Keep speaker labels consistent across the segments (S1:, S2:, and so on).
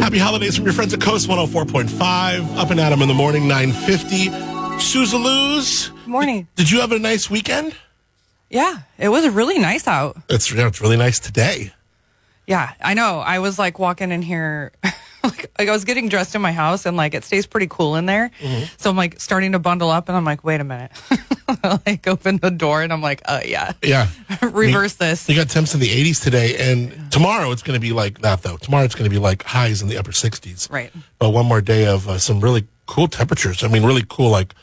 S1: Happy holidays from your friends at Coast 104.5. Up and Adam in the morning, 950. Susan Luz,
S2: Morning.
S1: did you have a nice weekend?
S2: Yeah, it was really nice out.
S1: It's, yeah, it's really nice today.
S2: Yeah, I know. I was like walking in here, like, like I was getting dressed in my house, and like it stays pretty cool in there.
S1: Mm-hmm.
S2: So I'm like starting to bundle up, and I'm like, wait a minute. like open the door, and I'm like, uh, yeah,
S1: Yeah.
S2: reverse this.
S1: You got temps in the 80s today, and tomorrow it's going to be like that, though. Tomorrow it's going to be like highs in the upper 60s.
S2: Right.
S1: But one more day of uh, some really cool temperatures. I mean, really cool, like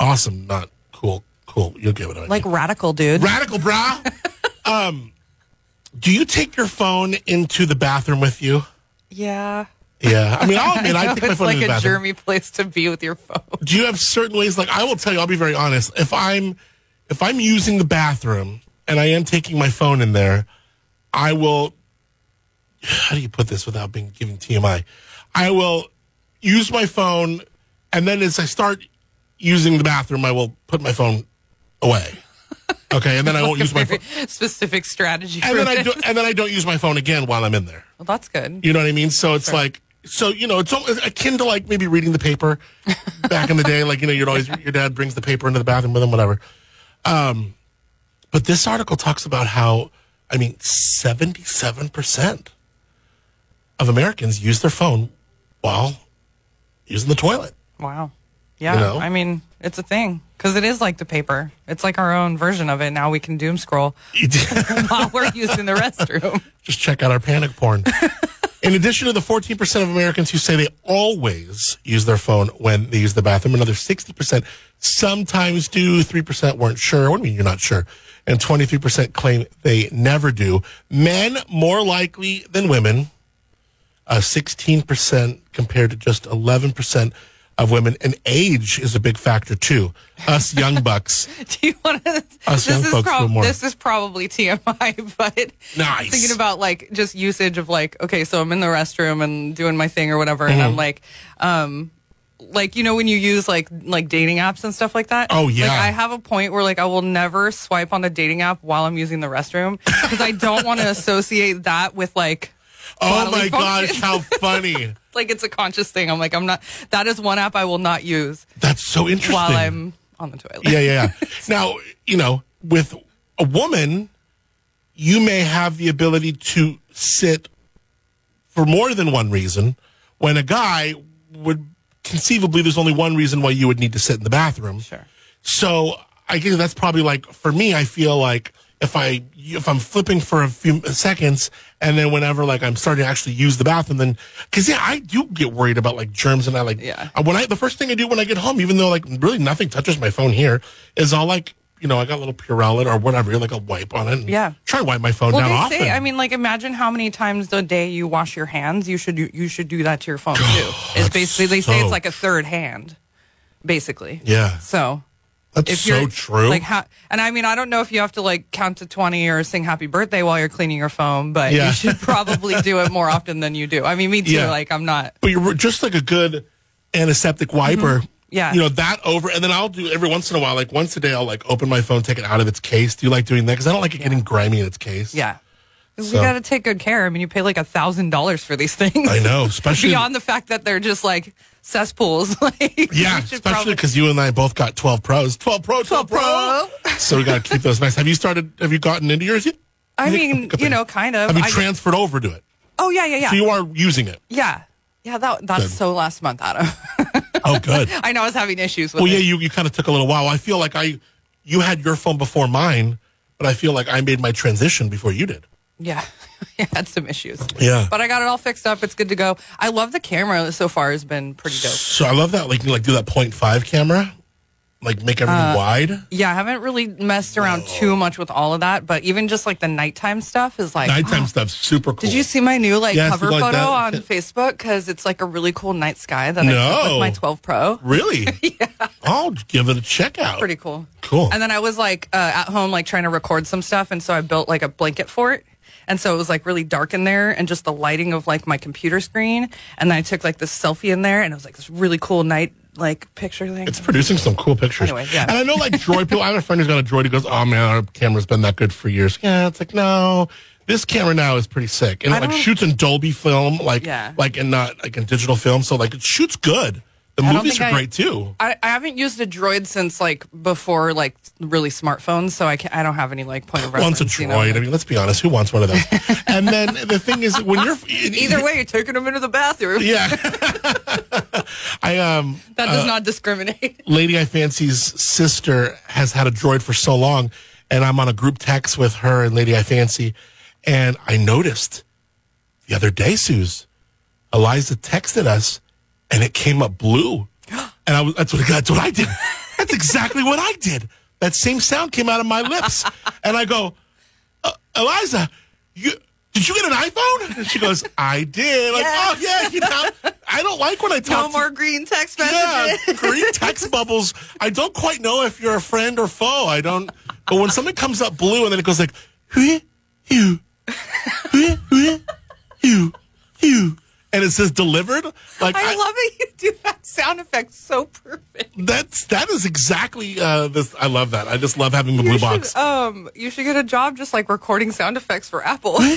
S1: awesome, not cool, cool. You'll get what I mean.
S2: Like radical, dude.
S1: Radical bra. um, do you take your phone into the bathroom with you?
S2: yeah.
S1: Yeah, I mean, I'll admit, I,
S2: know
S1: take my
S2: it's
S1: phone
S2: like
S1: into the
S2: a
S1: bathroom.
S2: germy place to be with your phone.
S1: Do you have certain ways? Like, I will tell you, I'll be very honest. If I'm, if I'm using the bathroom and I am taking my phone in there, I will. How do you put this without being giving TMI? I will use my phone, and then as I start using the bathroom, I will put my phone away. Okay, and then I won't use my phone.
S2: specific strategy.
S1: And
S2: for
S1: then I
S2: it.
S1: do, and then I don't use my phone again while I'm in there.
S2: well, that's good.
S1: You know what I mean? So it's like, so you know, it's al- it's akin to like maybe reading the paper back in the day. Like you know, you'd always your dad brings the paper into the bathroom with him, whatever. Um, but this article talks about how, I mean, seventy-seven percent of Americans use their phone while using the toilet.
S2: Wow. Yeah.
S1: You know?
S2: I mean, it's a thing because it is like the paper. It's like our own version of it. Now we can doom scroll while we're using the restroom.
S1: Just check out our panic porn. In addition to the 14% of Americans who say they always use their phone when they use the bathroom, another 60% sometimes do, 3% weren't sure. What do you mean you're not sure? And 23% claim they never do. Men more likely than women, uh, 16% compared to just 11% of women. And age is a big factor too. Us young bucks.
S2: Do you want to?
S1: Us young
S2: is
S1: folks know more.
S2: this is probably TMI, but
S1: Nice.
S2: thinking about like just usage of like okay, so I'm in the restroom and doing my thing or whatever, and
S1: Mm-hmm.
S2: I'm like, um, like you know when you use like like dating apps and stuff like that.
S1: Oh, yeah.
S2: Like, I have a point where like I will never swipe on the dating app while I'm using the restroom because I don't want to associate that with like.
S1: Oh my
S2: bodily
S1: gosh,
S2: function.
S1: how funny.
S2: Like it's a conscious thing. I'm like I'm not. That is one app I will not use
S1: That's so interesting.
S2: while I'm on the toilet.
S1: Yeah, yeah, yeah. now, you know, with a woman, you may have the ability to sit for more than one reason when a guy would conceivably there's only one reason why you would need to sit in the bathroom.
S2: Sure.
S1: So I guess that's probably like for me, I feel like if I if I'm flipping for a few seconds and then whenever like I'm starting to actually use the bathroom, then because yeah, I do get worried about like germs and I like uh,
S2: Yeah.
S1: when I the first thing I do when I get home, even though like really nothing touches my phone here, is I'll like you know I got a little Purell or whatever, like a wipe on it. and
S2: Yeah.
S1: Try to wipe my phone
S2: Well,
S1: down
S2: they
S1: often.
S2: say, I mean, like, imagine how many times a day you wash your hands. You should you should do that to your phone too. It's basically they say
S1: so
S2: it's like a third hand, basically.
S1: yeah,
S2: So
S1: that's
S2: if
S1: so
S2: you're
S1: true.
S2: like, ha- and I mean, I don't know if you have to like count to twenty or sing happy birthday while you're cleaning your phone, but
S1: Yeah.
S2: you should probably do it more often than you do. I mean, me too.
S1: Yeah.
S2: Like, I'm not.
S1: but you're just like a good antiseptic wiper.
S2: Mm-hmm. Yeah.
S1: You know, that over, and then I'll do every once in a while, like once a day, I'll like open my phone, take it out of its case. Do you like doing that? Because I don't like it getting grimy in its case.
S2: Yeah. 'Cause
S1: So-
S2: We got to take good care. I mean, you pay like a thousand dollars for these things.
S1: I know, especially.
S2: Beyond the fact that they're just like cesspools. like, you
S1: yeah,
S2: should
S1: especially
S2: probably-
S1: because you and I both got 12 pros. 12 pro, 12,
S2: 12 Pro.
S1: pro. so we got to keep those nice. Have you started, have you gotten into yours yet?
S2: I mean, you know, kind of.
S1: Have you
S2: I-
S1: transferred over to it?
S2: Oh yeah, yeah, yeah,
S1: So you are using it.
S2: yeah, yeah. That that's
S1: Good.
S2: so last month, Adam.
S1: Oh, good.
S2: I know I was having issues with
S1: Well, yeah,
S2: it.
S1: you, you kind of took a little while. I feel like I, you had your phone before mine, but I feel like I made my transition before you did.
S2: Yeah, yeah, I had some issues.
S1: Yeah.
S2: but I got it all fixed up. It's good to go. I love the camera so far. Has been pretty dope.
S1: So I love that. Like you like do that point five camera, like make everything
S2: Uh,
S1: wide.
S2: Yeah, I haven't really messed around too much with all of that, but even just like the nighttime stuff is like.
S1: Nighttime stuff's super cool.
S2: oh. Did you see my new like
S1: Yes,
S2: cover
S1: like
S2: photo
S1: that.
S2: on Facebook? Because it's like a really cool night sky that I took
S1: No.
S2: with my 12 Pro.
S1: Really? yeah. I'll give it a check out.
S2: pretty cool.
S1: Cool.
S2: And then I was like uh, at home, like trying to record some stuff, and so I built like a blanket fort. And so it was like really dark in there, and just the lighting of like my computer screen. And then I took like this selfie in there, and it was like this really cool night like picture thing.
S1: It's producing some cool pictures.
S2: Anyway, yeah.
S1: And I know like droid people. I have a friend who's got a droid who goes, "Oh man, our camera's been that good for years." Yeah, it's like no. This camera now is pretty sick, and it
S2: I
S1: like
S2: don't-
S1: shoots in Dolby film, like
S2: Yeah.
S1: like and not like in digital film. So like it shoots good. The
S2: I don't
S1: movies are
S2: think I-
S1: great too.
S2: I, I haven't used a droid since like before like really smartphones, so I can, I don't have any like point of reference.
S1: Wants a droid.
S2: you know?
S1: I mean, let's be honest. Who wants one of those? and then the thing is, when you're
S2: Either way, you're taking them into the bathroom.
S1: yeah. I um,
S2: That does not discriminate.
S1: lady I fancy's sister has had a droid for so long, and I'm on a group text with her and lady I fancy, and I noticed the other day, Suze, Eliza texted us, and it came up blue, and I was that's what that's what I did. That's exactly what I did. That same sound came out of my lips, and I go, "Uh, Eliza, you. Did you get an iPhone? And she goes, I did. Like,
S2: Yeah.
S1: oh yeah, you know, I don't like when I talk
S2: No
S1: to
S2: more green text
S1: yeah,
S2: messages.
S1: green text bubbles. I don't quite know if you're a friend or foe. I don't. But when something comes up blue and then it goes like, "Whoa, whoa, whoa, whoa, whoa, whoa," and it says delivered, like
S2: I
S1: I-
S2: love it. You do that sound effect so perfect.
S1: that's that is exactly uh, this. I love that. I just love having the
S2: you
S1: blue
S2: should,
S1: box.
S2: um, you should get a job just like recording sound effects for Apple.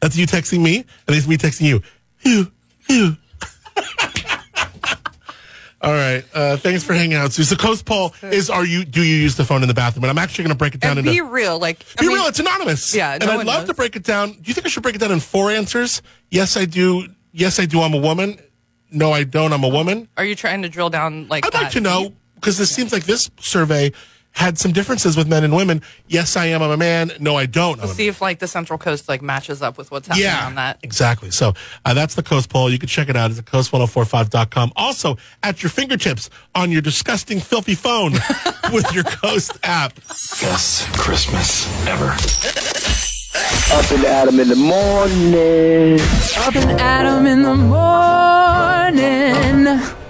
S1: That's you texting me, and it's me texting you. Ew, ew. All right. Uh, thanks for hanging out. So the coast poll is: Are you do you use the phone in the bathroom? And I'm actually going to break it down
S2: and
S1: into
S2: be real, like I
S1: Be
S2: mean,
S1: real, it's anonymous.
S2: Yeah,
S1: and
S2: no
S1: I'd
S2: one
S1: love
S2: knows.
S1: to break it down. Do you think I should break it down in four answers? Yes, I do. Yes, I do. I'm a woman. No, I don't. I'm a woman.
S2: Are you trying to drill down like
S1: I'd like
S2: that?
S1: to know because this seems like this survey had some differences with men and women. Yes, I am. I'm a man. No, I don't. I'm a
S2: See if like the Central Coast like matches up with what's happening
S1: yeah,
S2: on that.
S1: Exactly. So uh, that's the Coast Poll. You can check it out. It's at coast1045.com. Also, at your fingertips on your disgusting, filthy phone with your Coast app.
S3: Best Christmas ever.
S4: Up and at 'em in the morning.
S5: Adam in the morning.